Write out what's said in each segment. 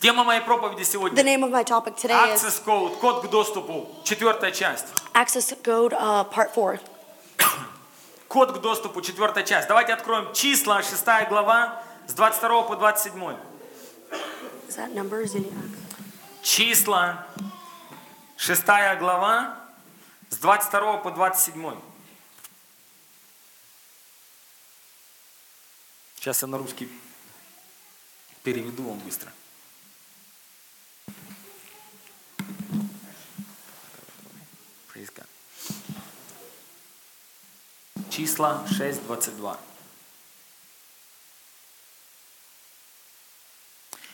Тема моей проповеди The сегодня name of my – topic today is Access Code, код к доступу, четвертая часть. Access Code uh, Part 4. Код к доступу, четвертая часть. Давайте откроем числа, 6 глава, с 22 по 27. Is that numbers? in yeah. Числа, 6 глава, с 22 по 27. Сейчас я на русский переведу вам быстро. Praise God. Числа 6.22.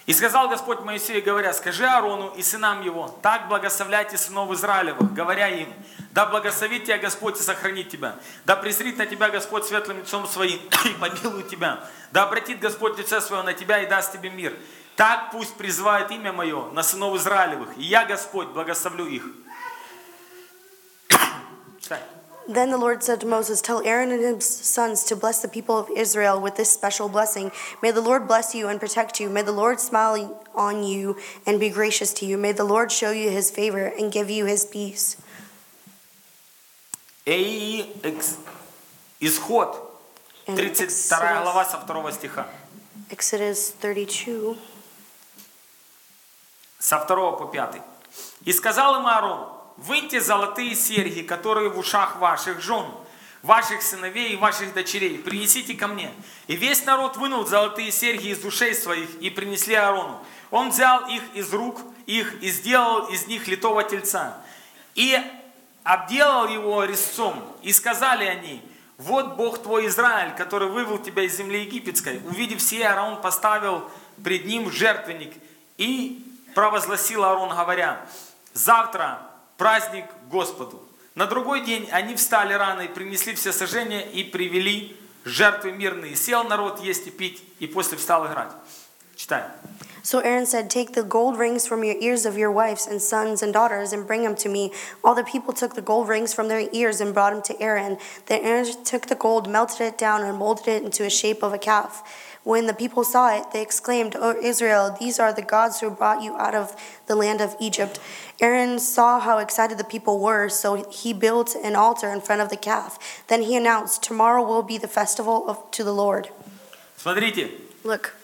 И сказал Господь Моисею, говоря, скажи Аарону и сынам его, так благословляйте сынов Израилевых, говоря им, да благословит тебя Господь и сохранит тебя, да презрит на тебя Господь светлым лицом своим и помилует тебя, да обратит Господь лице свое на тебя и даст тебе мир. Так пусть призывает имя мое на сынов Израилевых, и я, Господь, благословлю их. Читай. Then the Lord said to Moses, Tell Aaron and his sons to bless the people of Israel with this special blessing. May the Lord bless you and protect you. May the Lord smile on you and be gracious to you. May the Lord show you his favor and give you his peace. Эй, экс- Исход, And 32 глава со 2 стиха. Exodus 32. со второго по пятый. «И сказал им Аарон, выньте золотые серьги, которые в ушах ваших жен, ваших сыновей и ваших дочерей, принесите ко мне». И весь народ вынул золотые серьги из ушей своих и принесли Аарону. Он взял их из рук их и сделал из них литого тельца. И обделал его резцом. И сказали они, вот Бог твой Израиль, который вывел тебя из земли египетской. Увидев сие, Аарон поставил пред ним жертвенник и провозгласил Аарон, говоря, завтра праздник Господу. На другой день они встали рано и принесли все сожжения и привели жертвы мирные. Сел народ есть и пить, и после встал играть. Читай. So Aaron said, Take the gold rings from your ears of your wives and sons and daughters and bring them to me. All the people took the gold rings from their ears and brought them to Aaron. Then Aaron took the gold, melted it down, and molded it into a shape of a calf. When the people saw it, they exclaimed, O Israel, these are the gods who brought you out of the land of Egypt. Aaron saw how excited the people were, so he built an altar in front of the calf. Then he announced, Tomorrow will be the festival of, to the Lord. Смотрите, Look.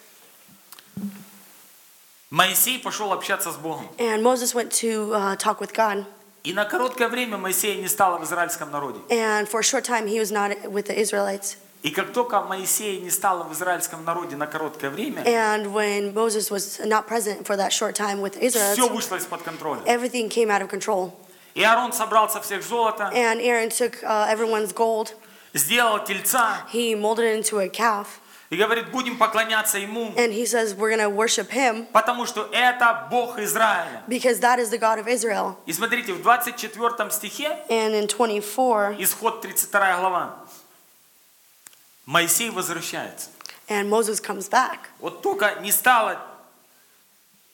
Моисей пошел общаться с Богом. And Moses went to uh, talk with God. И на короткое время Моисея не стало в израильском народе. And for a short time, he was not with the Israelites. И как только Моисея не стало в израильском народе на короткое время, And when Moses was not present for that short time with the все Israelites, вышло из-под контроля. everything came out of control. И Аарон собрал со всех золото, And Aaron took uh, everyone's gold, сделал тельца he molded it into a calf, и говорит, будем поклоняться ему, and he says, We're going to worship him потому что это Бог Израиля. because that is the God of Israel. И смотрите, в 24 стихе, And in 24, исход 32 глава, Моисей возвращается. and Moses comes back. Вот только не стало,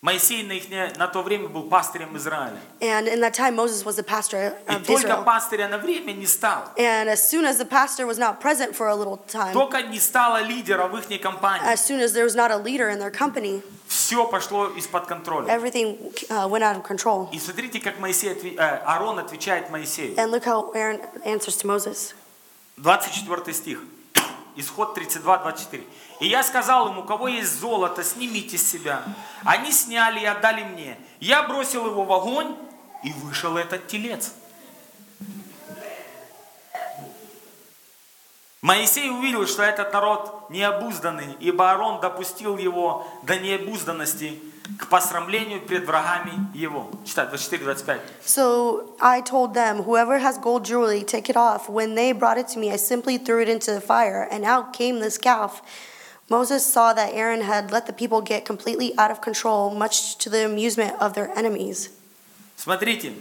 Моисей на, ихне- на то время был пастырем Израиля. And in that time, Moses was the pastor И of только Israel. пастыря на время не стало. And as soon as the pastor was not present for a little time, Только не стало лидера в их компании. as soon as there was not a leader in their company, Все пошло из-под контроля. everything uh, went out of control. И смотрите, как Моисей, отве- э, Аарон отвечает Моисею. And look how Aaron answers to Moses. 24 стих. Исход 32, 24. «И я сказал им, у кого есть золото, снимите с себя. Они сняли и отдали мне. Я бросил его в огонь, и вышел этот телец». Моисей увидел, что этот народ необузданный, ибо Аарон допустил его до необузданности к посрамлению пред врагами его. Читай 24, 25. So I told them, Whoever has gold jewelry, take it off. When they brought it to me, I simply threw it into the fire, and out came this calf. Moses saw that Aaron had let the people get completely out of control, much to the amusement of their enemies. Смотрите.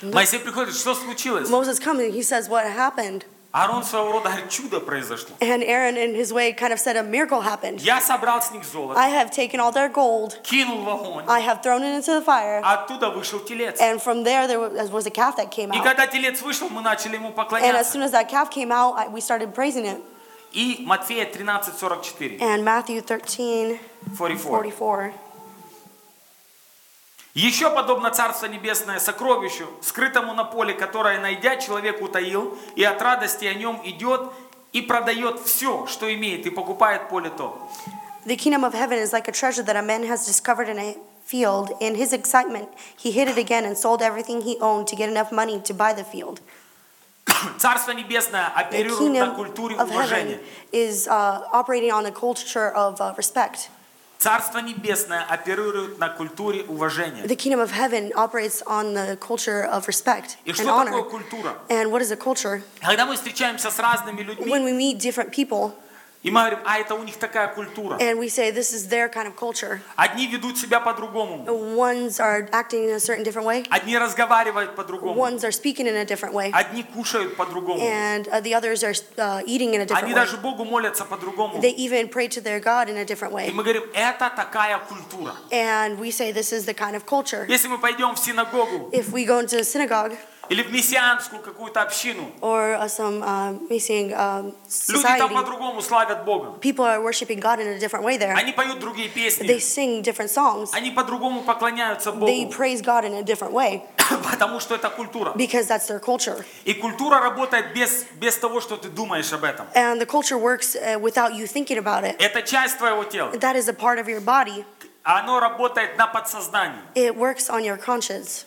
Моисей приходит, что случилось? Moses comes and he says, What happened? Аарон своего рода говорит, чудо произошло. And Aaron, in his way, kind of said, A miracle happened. Я собрал с них золото, I have taken all their gold, кинул в огонь, I have thrown it into the fire, а оттуда вышел телец. and from there, there was was a calf that came И out. когда телец вышел, мы начали ему And as поклоняться. soon as that calf came out, I, we started praising it. И Матфея 13, 44. And Matthew 13, 44. 44. Еще подобно Царство Небесное сокровищу, скрытому на поле, которое, найдя, человек утаил, и от радости о нем идет и продает все, что имеет, и покупает поле то. The kingdom of heaven is like a treasure that a man has discovered in a field. In his excitement, he hid it again and sold everything he owned to get enough money to buy the field. Царство Небесное The оперирует на kingdom культуре of heaven уважения. is uh, operating on a culture of uh, respect. Царство Небесное оперирует на культуре уважения. The kingdom of heaven operates on the culture of respect И and что такое honor. культура? And what is a culture? Когда мы встречаемся с разными людьми, When we meet different people и мы говорим, а это у них такая культура. and we say this is their kind of culture, Одни ведут себя по-другому, ones are acting in a certain different way, одни разговаривают по-другому, ones are speaking in a different way, одни кушают по-другому, and uh, the others are uh, eating in a они different way. даже Богу молятся по-другому. They even pray to their God in a different И way. мы говорим, это такая культура. And we say this is the kind of culture. Если мы пойдем в синагогу If we go into a synagogue или в мессианскую какую-то общину, or uh, some uh, missing um, люди там society, по-другому славят Бога. people are worshiping God in a different way there. Они поют другие They песни, sing different songs. они по-другому поклоняются They Богу, praise God in a different way потому что это культура. because that's their culture. И культура работает без, без того, что ты думаешь об этом. And the culture works uh, without you thinking about it. Это часть твоего тела. That is a part of your body. А Оно работает на подсознании. It works on your conscience.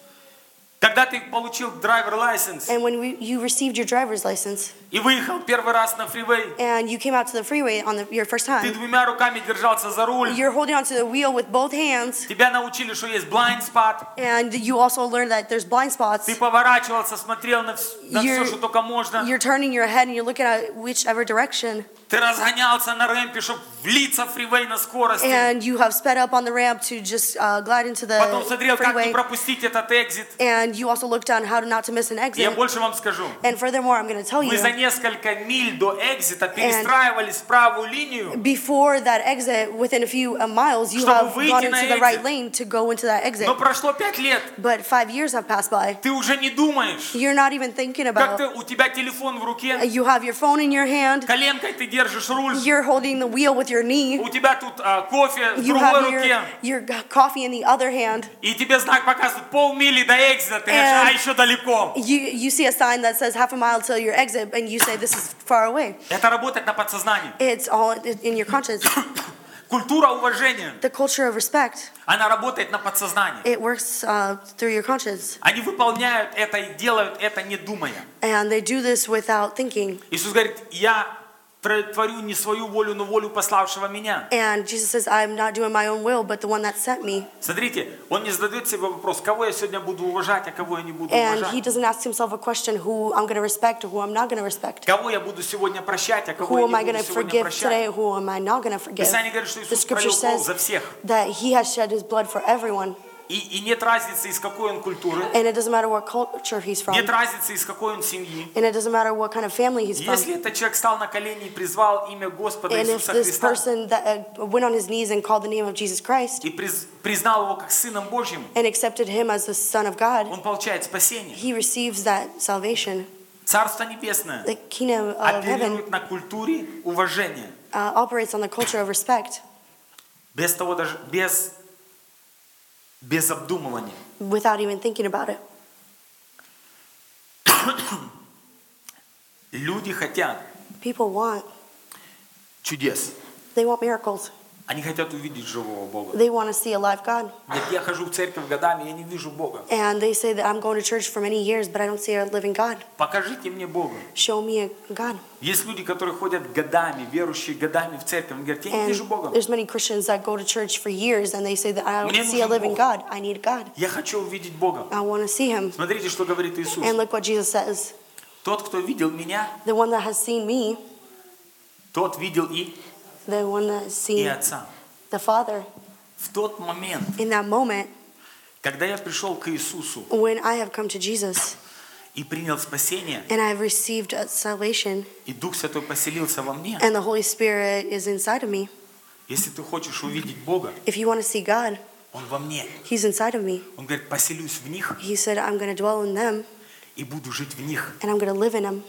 Когда ты получил драйвер лайсенс And when we, you received your driver's license и выехал первый раз на фривей, and you came out to the freeway on the, your first ты time, двумя руками держался за руль, you're holding onto the wheel with both hands. тебя научили, что есть blind spot, And you also learn that there's blind spots. ты поворачивался, смотрел на, вс- на все, You're- что только можно, You're turning your head and you're looking at whichever direction. ты разгонялся на рэмпе, чтобы влиться в фривей на скорости, And you have sped up on the ramp to just uh, glide into потом смотрел, the как не freeway. пропустить этот экзит. And you also looked down how to not to miss an И Я exit. больше вам скажу. And furthermore, I'm going to tell Мы you, за несколько миль до экзита перестраивались в правую линию, before that exit, within a few uh, miles, you Чтобы have выйти gone на into the exit. right lane to go into that exit. но прошло пять лет, But five years have passed by. ты уже не думаешь, You're not even thinking как about ты, у тебя телефон в руке, You have your phone in your hand. коленкой ты держишь руль, You're holding the wheel with your knee. У тебя тут а, кофе в You другой have your, руке, your c- coffee in the other hand. и тебе знак показывает полмили до экзита, ты говоришь, And- а еще далеко. You, you see a sign that says half a mile till your exit, and you say, This is far away. Это работает на подсознании. It's all in in your conscience. Культура уважения, The culture of respect, она работает на подсознании. it works uh, through your conscience. Они выполняют это и делают это не думая. And they do this without thinking. Иисус говорит, я тр- творю не свою волю, но волю пославшего меня. And Jesus says, I'm not doing my own will, but the one that sent me. Смотрите, он не задает себе вопрос, кого я сегодня буду уважать, а кого я не буду And he уважать. doesn't ask himself a question who I'm going to respect or who I'm not going to respect. Кого я буду сегодня прощать, а кого Who am я I не going буду to сегодня forgive прощать. today? Who am I not going to forgive? Писание говорит, что The Иисус scripture пролил кровь за says всех. that he has shed his blood for everyone. И, и нет разницы, из какой он культуры, And it doesn't matter what culture he's from. нет разницы, из какой он семьи. And it doesn't matter what kind of family he's from. Если этот человек стал на колени и призвал имя Господа And if Иисуса this Христа person that uh, went on his knees and called the name of Jesus Christ и приз- признал его как Сыном Божьим, and accepted him as the Son of God, он получает спасение. he receives that salvation. Царство Небесное The kingdom of heaven оперирует на культуре уважения, uh, operates on the culture of respect без того даже, без, без обдумывания. without even thinking about it. Люди хотят People want, чудес. they want miracles. Они хотят увидеть живого Бога. They want to see a live God. Говорят, я хожу в церковь годами, я не вижу Бога. And they say that I'm going to church for many years, but I don't see a living God. Покажите мне Бога. Show me a God. Есть люди, которые ходят годами, верующие годами в церковь. Они говорят, я не And вижу Бога. there's many Christians that go to church for years and they say that I Мне don't see a нужен living Бог. God. I need God. Я хочу увидеть Бога. I want to see him. Смотрите, что говорит Иисус. And look what Jesus says. Тот, кто видел меня, The one that has seen me, тот видел и, the one that has и seen Отца. the Father. В тот момент, In that moment, когда я пришел к Иисусу when I have come to Jesus и принял спасение, and I have received uh, salvation и Дух Святой поселился во мне, and the Holy Spirit is inside of me, если ты хочешь увидеть Бога, if you want to see God, Он во мне. He's inside of me. Он говорит, поселюсь в них He said, I'm going to dwell in them и буду жить в них, and I'm going to live in them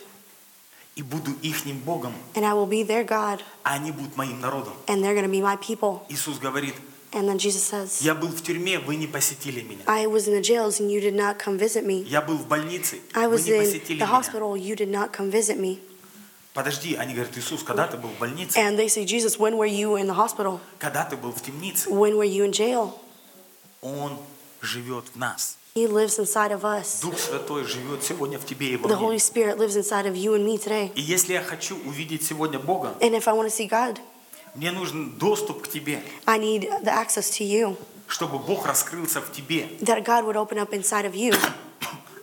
и буду ихним Богом, and I will be their God а они будут моим народом. and they're going to be my people. Иисус говорит, And then Jesus says, Я был в тюрьме, вы не посетили меня. I was in the jails and you did not come visit me. Я был в больнице, I вы was не in посетили the меня. hospital, you did not come visit me. Подожди, они говорят, Иисус, когда ты был в больнице? And they say, Jesus, when were you in the hospital? Когда ты был в темнице? When were you in jail? Он живет в нас. He lives inside of us. Дух Святой живет сегодня в тебе и The во Holy мне. Spirit lives inside of you and me today. И если я хочу увидеть сегодня Бога, And if I want to see God, мне нужен доступ к тебе, I need the access to you, чтобы Бог раскрылся в тебе. that God would open up inside of you.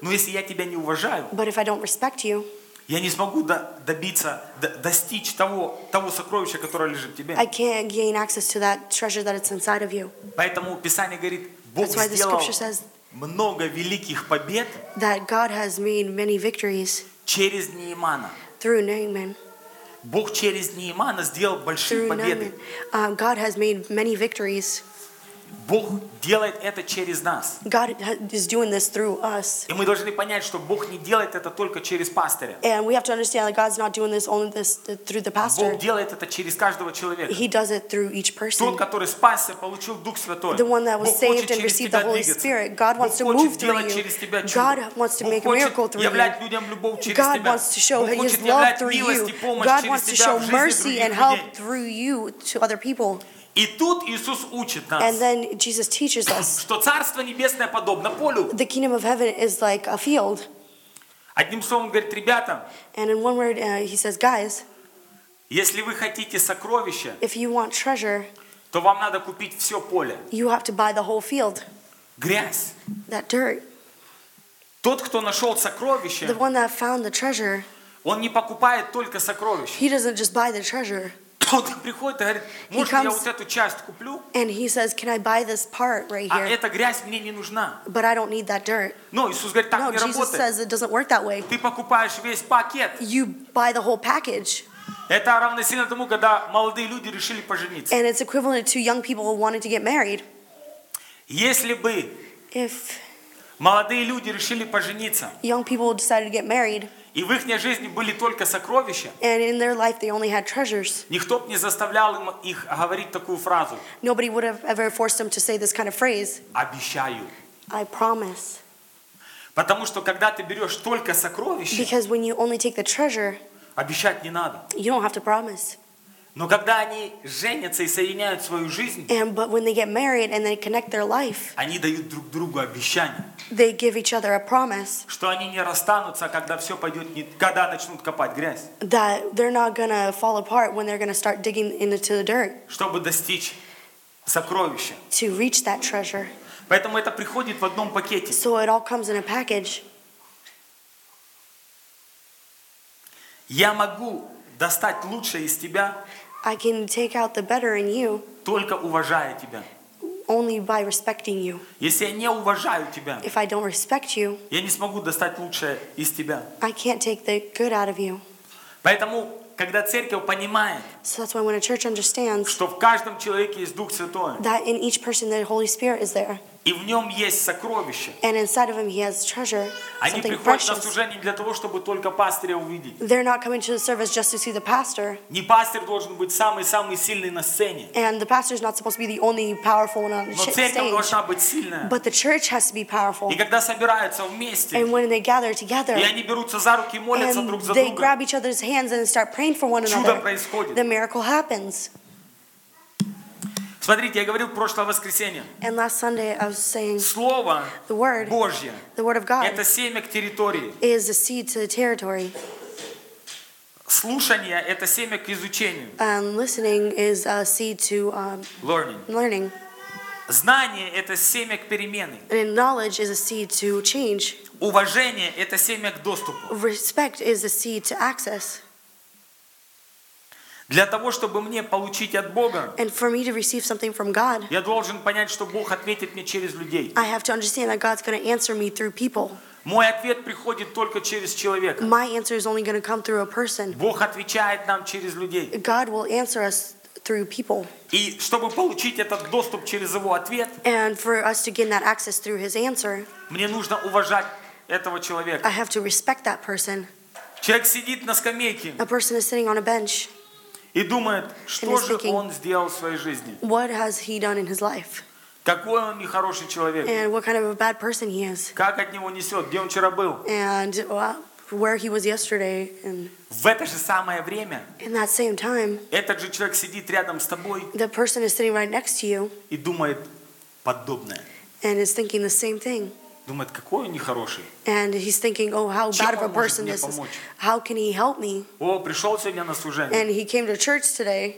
Но если я тебя не уважаю, But if I don't respect you, я не смогу до- добиться, до- достичь того, того сокровища, которое лежит в тебе. I can't gain access to that treasure that it's inside of you. Поэтому Писание говорит, Бог That's why the сделал scripture says много великих побед that God has made many victories через Неимана. through Naaman. Бог через Неимана сделал большие Through победы. Naaman. Um, God has made many victories. Бог делает это через нас. God ha- is doing this through us. И мы должны понять, что Бог не делает это только через пастыря. And we have to understand that God's not doing this only this through the pastor. Бог делает это через каждого человека. He does it through each person. Тот, который спасся, получил Дух Святой. The one that was Бог saved хочет and через received the тебя Holy двигаться. Spirit. God wants to Бог хочет move through делать you. через тебя чудо. God wants to Бог make a miracle хочет through you. являть людям любовь через God тебя. wants to show Бог His хочет love являть through милость you. и помощь God через wants to тебя show в жизни mercy and других help людей. through you to other people. И тут Иисус учит And нас, then Jesus teaches us что Царство Небесное подобно полю. the kingdom of heaven is like a field. Одним словом, он говорит, ребята, And in one word, uh, he says, guys, если вы хотите сокровища, if you want treasure, то вам надо купить все поле. you have to buy the whole field, Грязь. that dirt. Тот, кто нашел The сокровище, one that found the treasure, он не покупает только сокровища. he doesn't just buy the treasure. Он приходит и говорит, может я comes- вот эту часть куплю, And he says, can I buy this part right а here? эта грязь мне не нужна. But I don't need that dirt. Но Иисус говорит, так No, не Jesus работает. says it doesn't work that way. Ты покупаешь весь пакет. You buy the whole package. Это равносильно тому, когда молодые люди решили пожениться. And it's equivalent to young people wanting to get married. Если бы If молодые люди решили пожениться, young people decided to get married и в их жизни были только сокровища, and in their life they only had treasures, никто бы не заставлял им их говорить такую фразу nobody would have ever forced them to say this kind of phrase «обещаю». I promise. Потому что когда ты берешь только сокровища, Because when you only take the treasure, обещать не надо. you don't have to promise. Но когда они женятся и соединяют свою жизнь, And but when they get married and they connect their life, они дают друг другу обещание, they give each other a promise что они не расстанутся, когда все пойдет, не... когда начнут копать грязь, that they're not gonna fall apart when they're gonna start digging into the dirt чтобы достичь сокровища. to reach that treasure. Поэтому это приходит в одном пакете. So it all comes in a package. Я могу достать лучшее из тебя, I can take out the better in you только уважая тебя. only by respecting you. Если я не уважаю тебя, If I don't respect you, я не смогу достать лучшее из тебя. I can't take the good out of you. Поэтому, когда церковь понимает, So that's why when a church understands что в каждом человеке есть Дух Святой, that in each person the Holy Spirit is there, и в нем есть сокровище, and inside of him he has treasure, они something приходят на precious. служение для того, чтобы только пастыря увидеть. They're not coming to the service just to see the pastor, Не пастырь должен быть самый-самый сильный на сцене, and the pastor's not supposed to be the only powerful one on the но ch- церковь stage. должна быть сильная. But the church has to be powerful. И когда собираются вместе, And when they gather together, и они берутся за руки и молятся and друг за they друга, grab each other's hands and start praying for one чудо another, the происходит. miracle happens. Смотрите, я говорил в прошлое воскресенье, And last Sunday I was saying слово the word, Божье the word of Это God, семя к территории. is the seed to the territory, Слушание – это семя к изучению. and Um, listening is a seed to um, Learning. learning, Знание – это семя к перемене. and knowledge is a seed to change. Уважение – это семя к доступу. Respect is a seed to access. Для того, чтобы мне получить от Бога, And for me to receive something from God, я должен понять, что Бог ответит мне через людей. I have to understand that God's going to answer me through people. Мой ответ приходит только через человека. My answer is only going to come through a person. Бог отвечает нам через людей. God will answer us through people. И чтобы получить этот доступ через его ответ, And for us to gain that access through his answer, мне нужно уважать этого I человека. have to respect that person. Человек сидит на скамейке, A person is sitting on a bench и думает, что is же thinking- он сделал в своей жизни. What has he done in his life? Какой он нехороший человек. And what kind of a bad person he is? Как от него несет, где он вчера был. And uh, where he was yesterday. And В это же самое время in that same time, этот же человек сидит рядом с тобой the person is sitting right next to you и думает подобное. and is thinking the same thing. Думает, какой он нехороший. And he's thinking, oh, how Чем bad of a он может person мне this is. помочь? How can he help me? О, пришел сегодня на служение. And he came to church today.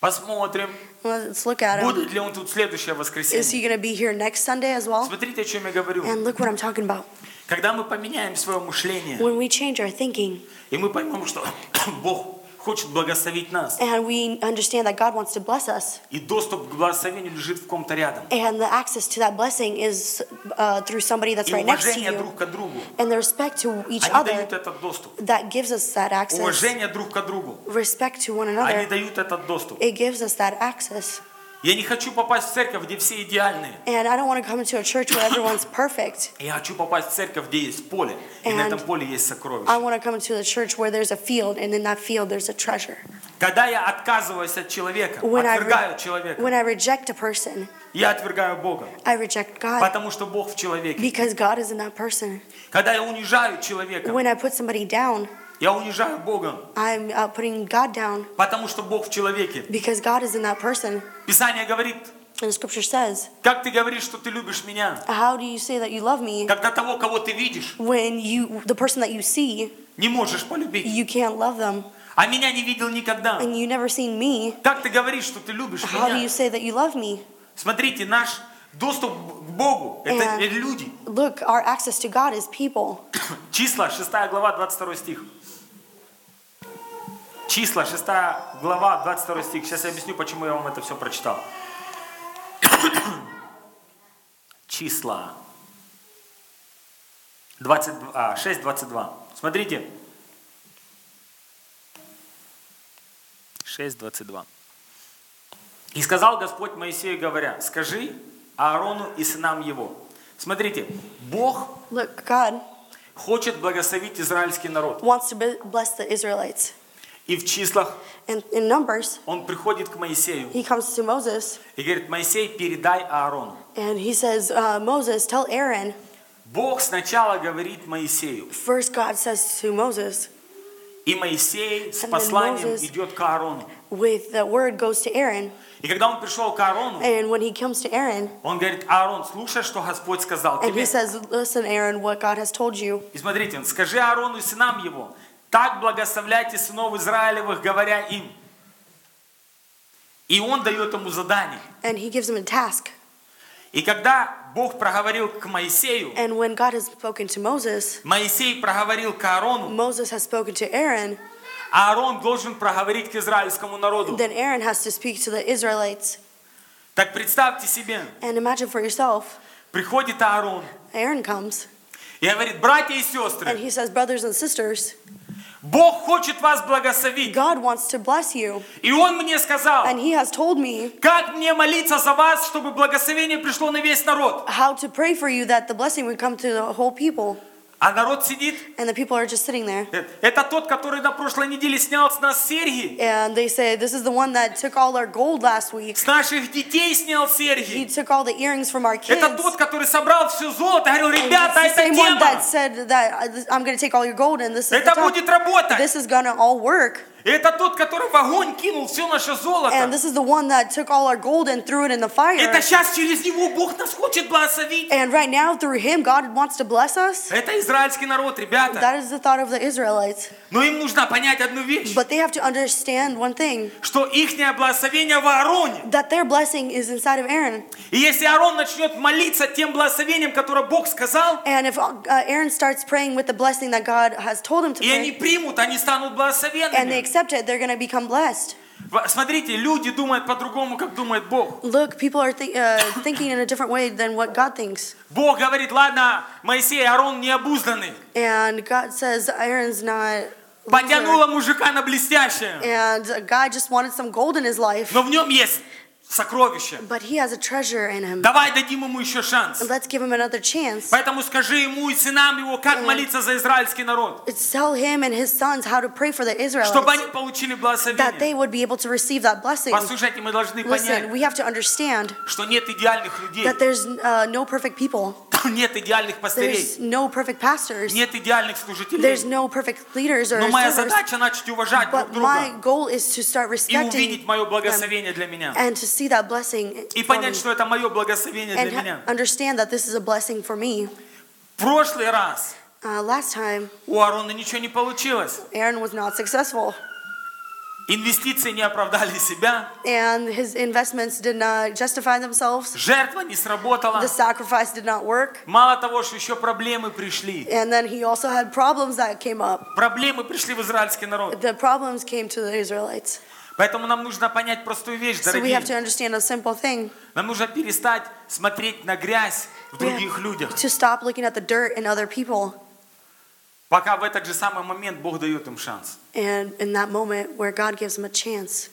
Посмотрим, Let's look at him. будет ли он тут следующее Is he воскресенье. going to be here next Sunday as well? Смотрите, о чем я говорю. And look what I'm talking about. Когда мы поменяем свое мышление, When we change our thinking и мы поймем, что Бог хочет благословить нас, and we understand that God wants to bless us, и доступ к благословению лежит в ком-то рядом, and the access to that blessing is uh, through somebody that's и right next to уважение you, друг к другу, and the respect to each они other дают этот доступ. that gives us that access. Уважение друг к другу, Respect to one они another, дают этот доступ. it gives us that access. Я не хочу попасть в церковь, где все идеальные. And I don't want to come into a church where everyone's perfect. Я хочу попасть в церковь, где есть поле, и на And этом поле есть I сокровище. want to come into a church where there's a field, and in that field there's a treasure. Когда я отказываюсь от человека, When I, отвергаю re- человека, when I reject a person, я отвергаю Бога, I reject God потому что Бог в человеке. because God is in that person. Когда я унижаю человека, When I put somebody down, я унижаю Бога, I'm uh, putting God down потому что Бог в человеке. because God is in that person. Писание говорит, And the scripture says, как ты говоришь, что ты любишь меня, How do you say that you love me когда того, кого ты видишь, when you, the person that you see, не можешь полюбить, you can't love them а меня не видел никогда. and you never seen me? Как ты говоришь, что ты любишь How do you меня? say that you love me? Смотрите, наш доступ к Богу – это And- люди. Look, our access to God is people. Числа, 6 глава, 22 стих. Числа, 6 глава, 22 стих. Сейчас я объясню, почему я вам это все прочитал. Числа. 22, а, 6, 22. Смотрите. 6, 22. И сказал Господь Моисею, говоря, скажи Аарону и сынам его. Смотрите, Бог Look, God хочет благословить израильский народ. wants to be- bless the Israelites. И в числах And in Numbers, он приходит к Моисею he comes to Moses и говорит, Моисей, передай Аарону. and he says, uh, Moses, tell Aaron. Бог сначала говорит Моисею, First, God says to Moses, и Моисей с And then посланием Moses- идет к Аарону. with the word goes to Aaron. И когда он пришел к Аарону, And when he comes to Aaron, он говорит, Аарон, слушай, что Господь сказал And he тебе. says, Listen, Aaron, what God has told you. И смотрите, он, скажи Аарону и сынам его, так благословляйте сынов Израилевых, говоря им. И он дает ему задание. And he gives him a task. И когда Бог проговорил к Моисею, And when God has spoken to Moses, Моисей проговорил к Аарону, Moses has spoken to Aaron, Аарон должен проговорить к израильскому народу. then Aaron has to speak to the Israelites. Так представьте себе, And imagine for yourself, приходит Аарон Aaron comes и говорит, братья и and сестры, he says, Brothers and sisters, Бог хочет вас благословить. God wants to bless you. И Он мне сказал, And he has told me как мне молиться за вас, чтобы благословение пришло на весь народ. how to pray for you that the blessing would come to the whole people. А народ сидит. And the people are just sitting there. Э, Это тот, который на прошлой неделе снял с нас серьги. And they say, This is the one that took all our gold last week. С наших детей снял He серьги. took all the earrings from our kids. Это тот, который собрал все золото. Говорил, And it's ребята, the это same one that тема. said that uh, I'm going to take all your gold and this is the Это top. будет работать. This is going to all work. Это тот, который в огонь кинул все наше золото. And this is the one that took all our gold and threw it in the fire. Это сейчас через него Бог нас хочет благословить. And right now, through him, God wants to bless us. Это израильский народ, ребята. That is the thought of the Israelites. Но им нужно понять одну вещь, But they have to understand one thing что их благословение в Аароне. that their blessing is inside of Aaron. И если Аарон начнет молиться тем благословением, которое Бог сказал, And if uh, Aaron starts praying with the blessing that God has told him to и они pray, примут, они станут and they благословенными. accept it, they're going to become blessed. В- Смотрите, люди думают по-другому, как думает Бог. Look, people are thi- uh, thinking in a different way than what God thinks. Бог говорит, ладно, Моисей, Аарон необузданный. And God says Aaron's not. loser. Потянула мужика на блестящее. And a guy just wanted some gold in his life, Но в нем есть сокровище. But he has a treasure in him. Давай дадим ему еще шанс. And let's give him another chance. Поэтому скажи ему и сынам его, как молиться за израильский народ, Tell him and his sons how to pray for the чтобы Israelites они получили that they благословение. would be able to receive that blessing. Послушайте, мы должны Listen, понять, we have to understand что нет идеальных людей, that there's uh, no perfect people, нет идеальных пастырей, there's no perfect pastors, нет идеальных there's служителей. no perfect leaders or Но моя servers. задача начать уважать друг But my друга goal is to start и увидеть respecting мое them благословение для меня. and to see that blessing И for понять, me. что это мое благословение and для ha- меня. understand that this is a blessing for me. В прошлый раз Uh, last time, у Аарона ничего не получилось. Aaron was not successful, Инвестиции не оправдали себя, and his investments did not justify themselves. жертва не сработала. The sacrifice did not work, Мало того, что еще проблемы пришли. and then he also had problems that came up. Проблемы пришли в израильский народ. The problems came to the Israelites. Поэтому нам нужно понять простую вещь, So we have to дорогие. understand a simple thing. Нам нужно перестать смотреть на грязь в We have других людях, To stop looking at the dirt in other people. пока в этот же самый момент Бог дает им шанс. And in that moment where God gives them a chance.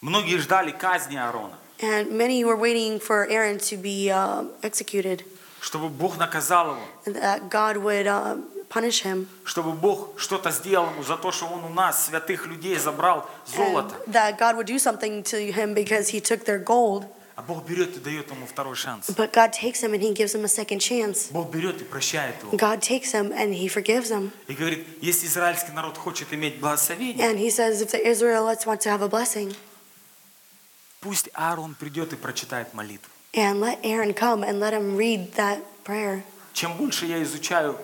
Многие ждали казни Аарона, And many were waiting for Aaron to be um, executed, чтобы Бог наказал его, and that God would um, punish him. чтобы Бог что-то сделал ему за то, что он у нас, святых людей, забрал and золото. that God would do something to him because he took their gold. А Бог берет и дает ему второй шанс. But God takes him and he gives him a second chance. Бог берет и прощает его. God takes him and he forgives him. И говорит, если израильский народ хочет иметь благословение, And he says, if the Israelites want to have a blessing, пусть Аарон придет и прочитает молитву. and let Aaron come and let him read that prayer. Чем больше я изучаю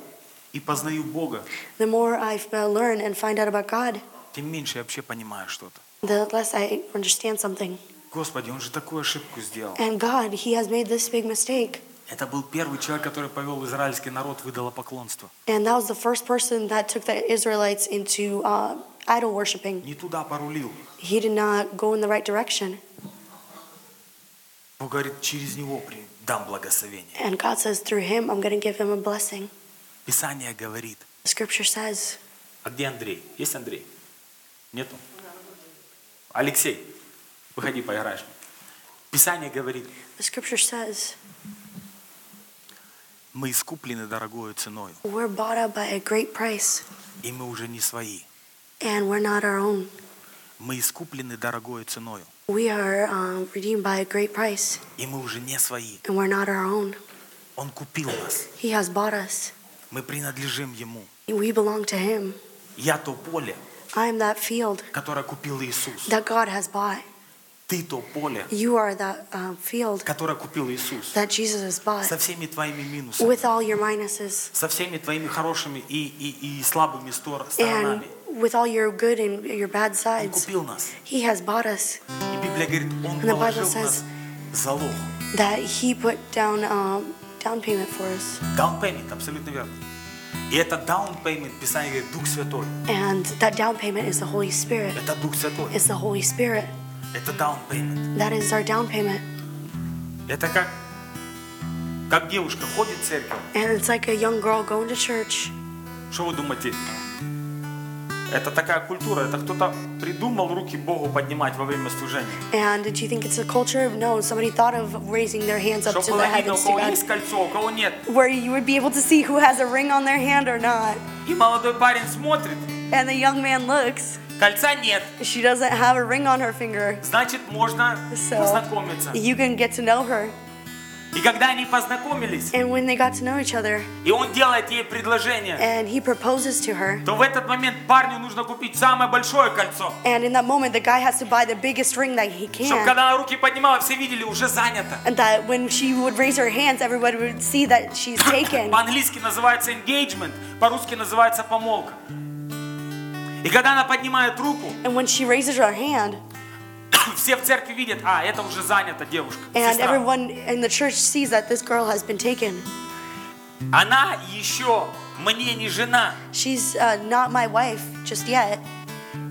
и познаю Бога, The more I uh, learn and find out about God, тем меньше я вообще понимаю что-то. the less I understand something. Господи, он же такую ошибку сделал. And God, He has made this big mistake. Это был первый человек, который повел израильский народ, выдало поклонство. And that was the first person that took the Israelites into uh, idol worshiping. Не туда порулил. He did not go in the right direction. Бог говорит, через него при- дам благословение. And God says, through him, I'm going to give him a blessing. Писание говорит. Scripture says, А где Андрей? Есть Андрей? Нету? Алексей, выходи, поиграешь. Писание говорит, the scripture says, мы искуплены дорогою ценою, we're bought up by a great price и мы уже не свои. and we're not our own. Мы искуплены дорогою ценою, We are um, redeemed by a great price и мы уже не свои. and we're not our own. Он купил нас. He has bought us. Мы принадлежим Ему. We belong to him. Я то поле, I'm that field которое купил Иисус. that God has bought. Ты то поле, You are that um, field которое купил Иисус. that Jesus has Со bought всеми твоими минусами, with all your minuses со всеми твоими хорошими и, и, и слабыми стор- and сторонами. with all your good and your bad Он sides. купил нас. He has bought us. И Библия говорит, Он the Bible положил в нас says- залог. That He put down um, down payment for us. Down payment, абсолютно верно. И это down payment, Писание говорит, Дух Святой. And that down payment is the Holy Spirit. Это Дух Святой. It's the Holy Spirit. Это down payment. That is our down payment. Это как, как девушка ходит в церковь. And it's like a young girl going to church. Что вы думаете? Это такая культура, это кто-то придумал руки Богу поднимать во время служения. And do you think it's a culture? No, somebody thought of raising their hands up Чтобы to the было видно, у heavens to кого есть God, кольцо, у кого нет. where you would be able to see who has a ring on their hand or not. И молодой парень смотрит, And the young man looks. кольца нет. She doesn't have a ring on her finger. Значит, можно So- познакомиться. You can get to know her. И когда они познакомились, And when they got to know each other, и он делает ей предложение, and he proposes to her, то в этот момент парню нужно купить самое большое кольцо. and in that moment, the guy has to buy the biggest ring that he Чтобы can. когда она руки поднимала, все видели, уже занято. And that when she would raise her hands, everybody would see that she's taken. По-английски называется engagement, по-русски называется помолка. И когда она поднимает руку, And when she raises her hand, Все в церкви видят, а, это уже занята девушка, and сестра». everyone in the church sees that this girl has been taken. Она еще мне не жена, She's uh, not my wife just yet,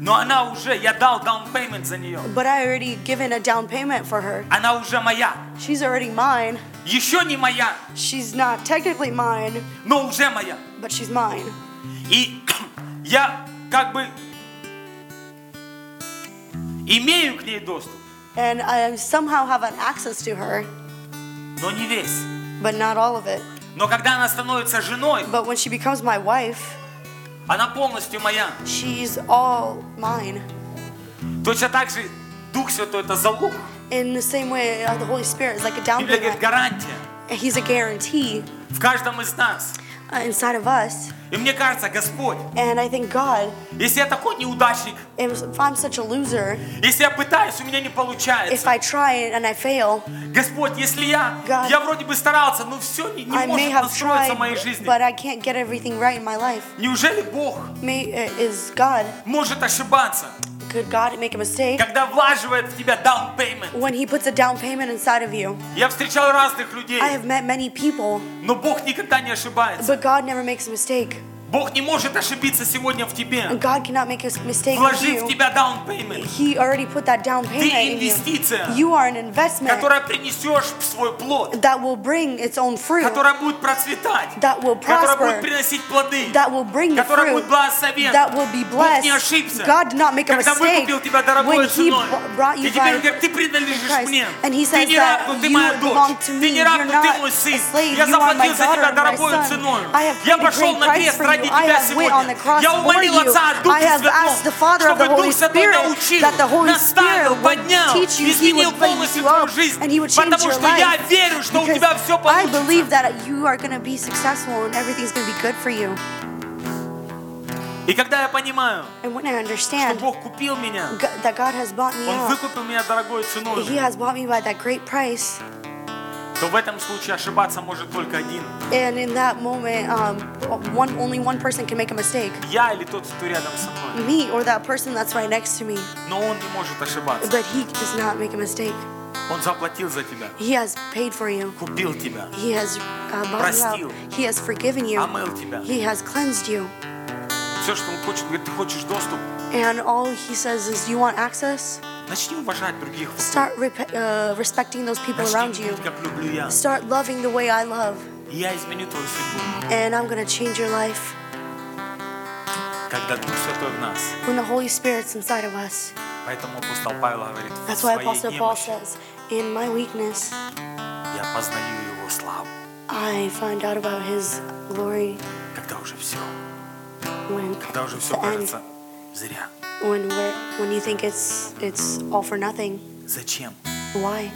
но она уже, я дал down payment за нее. but I already given a down payment for her. Она уже моя. She's already mine. Еще не моя, She's not technically mine, но уже моя. but she's mine. И я как бы имею к ней доступ, and I somehow have an access to her, но не весь. but not all of it. Но когда она становится женой, But when she becomes my wife, она полностью моя. she's all mine. Точно так же Дух Святой это залог. In the same way, uh, the Holy Spirit is like a down Библия говорит payment. гарантия He's a guarantee в каждом из нас. uh, inside of us. И мне кажется, Господь, And I thank God, если я такой неудачник, if if I'm such a loser, если я пытаюсь, у меня не получается. if I try and I fail, Господь, если я, God. я вроде бы старался, но все не, не I may может have настроиться в tried, моей жизни. but I can't get everything right in my life. Неужели Бог May, uh, is God, может ошибаться, could God make a mistake? когда влаживает в тебя down payment? When He puts a down payment inside of you, Я встречал разных людей, I have met many people, но Бог никогда не ошибается. but God never makes a mistake. Бог не может ошибиться сегодня в тебе. God cannot make a mistake with Вложив в you. тебя down payment, He already put that down ты payment in инвестиция, you. You are an investment которая принесешь в свой плод, that will bring its own fruit, которая будет процветать, that will которая будет prosper, приносить плоды, that will bring the которая fruit, будет благословен. that will be Бог не blessed. ошибся. God did not make a Когда mistake выкупил тебя дорогой when He ценой, b- brought и you теперь он by говорит, ты принадлежишь Christ. мне. And he Ты says не раб, that но ты you моя belong дочь. to Ты me. не раб, You're но ты not мой a сын. slave. Я You are my заплатил за daughter тебя and my дорогою son. ценой. I have Я paid a пошел great на price крест for ради you. I тебя have went on the сегодня. cross Я for умолил you. Отца о I Духе have asked the Father Святом, of the чтобы Holy Дух Святой Spirit научил, that the Holy наставил, Spirit would поднял, teach you. He изменил would raise полностью you твою up жизнь. and He would change Потому your что я life. верю, что у Because тебя все I получится. believe that you are going to be successful and everything's going to be good for you. И когда я понимаю, And when I что understand Бог купил меня, Go- that God has bought me Он up, выкупил меня дорогой He ценой, has bought me by that great price, то в этом случае ошибаться может только один. and in that moment, um, one only one person can make a mistake. Я или тот, кто рядом со мной. Me or that person that's right next to me, Но он не может ошибаться. but He does not make a mistake. Он заплатил за тебя, He has paid for you. купил тебя. He has uh, bought Простил. you up. He has forgiven you. Омыл тебя. He has cleansed you. Все, что он хочет, говорит, ты хочешь доступ? And all He says is, "You want access? Начни уважать других. Start rep- uh, respecting those people Начни around you. любить, как люблю я. Start loving the way I love, И я изменю твою судьбу, and I'm gonna change your life." когда Дух Святой в нас. When the Holy Spirit's inside of us. Поэтому апостол Павел говорит, в That's why своей Apostle Paul немощи says, In my weakness, я познаю его славу, I find out about his glory когда уже все, when когда уже все the end, кажется зря. when we're, when you think it's it's all for nothing. Зачем? Why?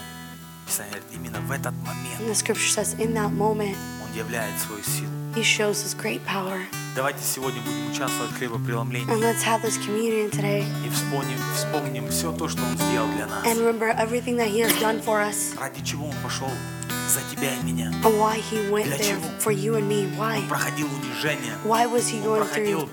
Писание говорит, именно в этот And момент the scripture says, in that moment, он являет свою силу. he shows his great power. Давайте сегодня будем участвовать в хлебопреломлении And let's have this communion today и вспомним, вспомним все то, что он сделал для нас. and remember everything that he has done for us Ради чего он пошел за тебя и меня? and why he went Для there чего? for you and me. Why? Он проходил унижение, Why was he он going проходил through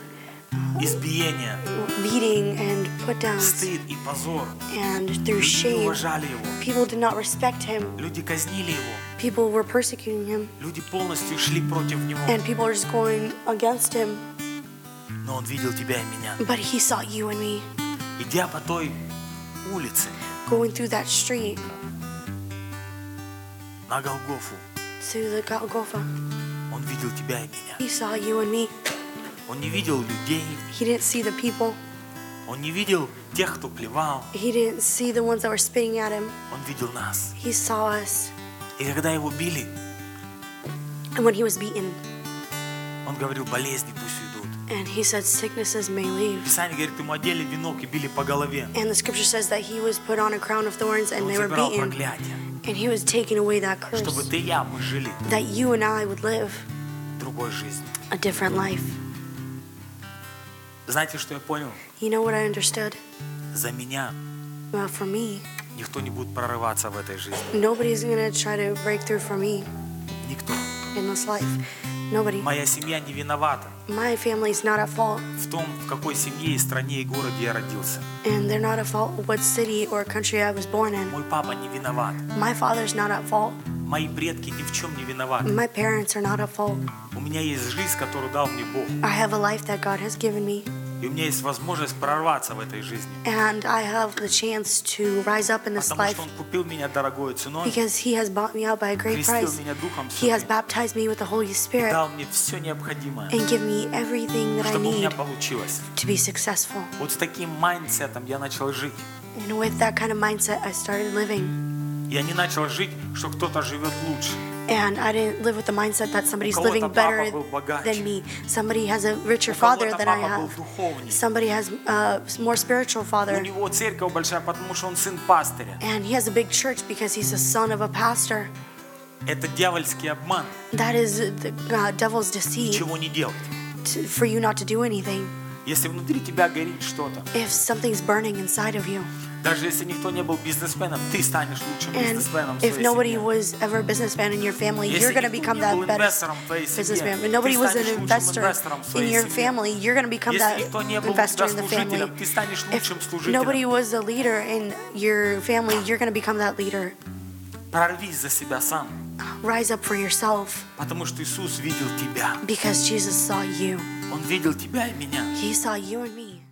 избиение, beating and put downs стыд и позор. and through Люди не shame? уважали его, People did not respect him. люди казнили его, People were persecuting him, люди полностью шли против него. and people were just going against him. Но он видел тебя и меня. But he saw you and me Идя по той улице going through that street на Голгофу, to the Golgotha. он видел тебя и меня. He saw you and me. Он не видел людей, He didn't see the people. он не видел тех, кто плевал, He didn't see the ones that were spitting at him. он видел нас. He saw us. И когда его били, And when he was beaten, он говорил, болезни пусть уйдут. and he said, "Sicknesses may leave." Писание говорит, ему одели венок и били по голове. And the scripture says that he was put on a crown of thorns, and Он they were забирал beaten, проклятие, and he was taking away that чтобы curse ты и я, мы жили that you and I would live другой жизнью. a different life. Знаете, что я понял? You know what I understood? За меня Well, for me, никто не будет прорываться в этой жизни. Nobody's gonna try to break through for me Никто. in this life. Nobody. Моя семья не виновата My family's not at fault, в том, в какой семье и стране и городе я родился. and they're not at fault what city or country I was born in. Мой папа не виноват. My father's not at fault. Мои предки ни в чем не виноваты. My parents are not at fault. У меня есть жизнь, которую дал мне Бог. I have a life that God has given me, И у меня есть возможность прорваться в этой жизни. and I have the chance to rise up in this Потому life что Он купил меня дорогой ценой, because He has bought me out by a great крестил price. меня Духом He has Святым, baptized me with the Holy Spirit дал мне все необходимое, and give me everything that I чтобы у меня need получилось. to be successful. Вот с таким майндсетом я начал жить. And with that kind of mindset, I started living. Я не начал жить, что кто-то живет лучше. And I didn't live with the mindset that somebody's У кого-то living папа better был богаче. than me. Somebody has a richer У father кого-то than I папа был have. духовней. Somebody has a more spiritual У father. него церковь большая, потому что он сын пастыря. And he has a big church because he's the son of a pastor. Это дьявольский обман. That is the uh, devil's deceit Ничего не делать. to, for you not to do anything. Если внутри тебя горит что-то, If something's burning inside of you, даже если никто не был бизнесменом, ты станешь лучшим and бизнесменом в if своей nobody семье. was ever a businessman in your family, Если you're going to никто become не был that better инвестором в твоей семье, businessman. If ты nobody was станешь an лучшим investor инвестором в in своей your семье. family, you're going to become that Если никто не был у investor тебя in the family. служителем, ты станешь лучшим If nobody служителем. was a leader in your family, you're going to become that leader. Прорвись за себя сам, Rise up for yourself потому что Иисус видел тебя. because Jesus saw you. Он видел тебя и меня. He saw you and me.